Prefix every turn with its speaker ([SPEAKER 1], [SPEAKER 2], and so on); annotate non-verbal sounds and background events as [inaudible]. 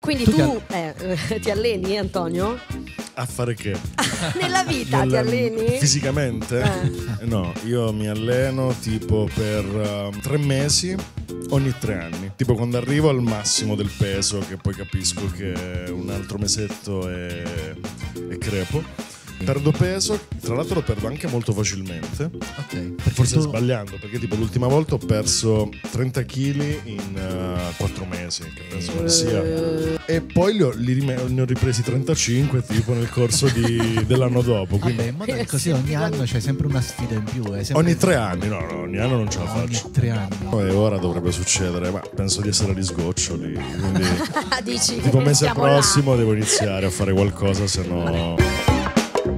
[SPEAKER 1] Quindi
[SPEAKER 2] Tu
[SPEAKER 1] tu, eh, [laughs] ti alleni, Antonio?
[SPEAKER 3] A fare che?
[SPEAKER 1] Nella vita ti
[SPEAKER 3] Nel-
[SPEAKER 1] alleni? Eh.
[SPEAKER 3] Fisicamente? No, io mi alleno tipo per eh, tre mesi ogni tre anni. Tipo quando arrivo al massimo del peso, che poi capisco che un altro mesetto è, è crepo. Perdo peso, tra l'altro lo perdo anche molto facilmente,
[SPEAKER 2] Ok.
[SPEAKER 3] forse sbagliando, perché tipo l'ultima volta ho perso 30 kg in 4 mesi, che penso
[SPEAKER 1] Eh,
[SPEAKER 3] non sia. E poi li ho- li rime- ne ho ripresi 35 tipo nel corso di- dell'anno dopo, quindi
[SPEAKER 2] Vabbè, ma dai, così ogni anno c'è sempre una sfida in più. eh, sempre-
[SPEAKER 3] Ogni tre anni, no, no, ogni anno non ce la
[SPEAKER 2] Ogni
[SPEAKER 3] faccio.
[SPEAKER 2] tre anni.
[SPEAKER 3] E ora dovrebbe succedere, ma penso di essere agli sgoccioli. Quindi,
[SPEAKER 1] Ah, dici,
[SPEAKER 3] tipo mese
[SPEAKER 1] siamo là.
[SPEAKER 3] prossimo devo iniziare a fare qualcosa, se no.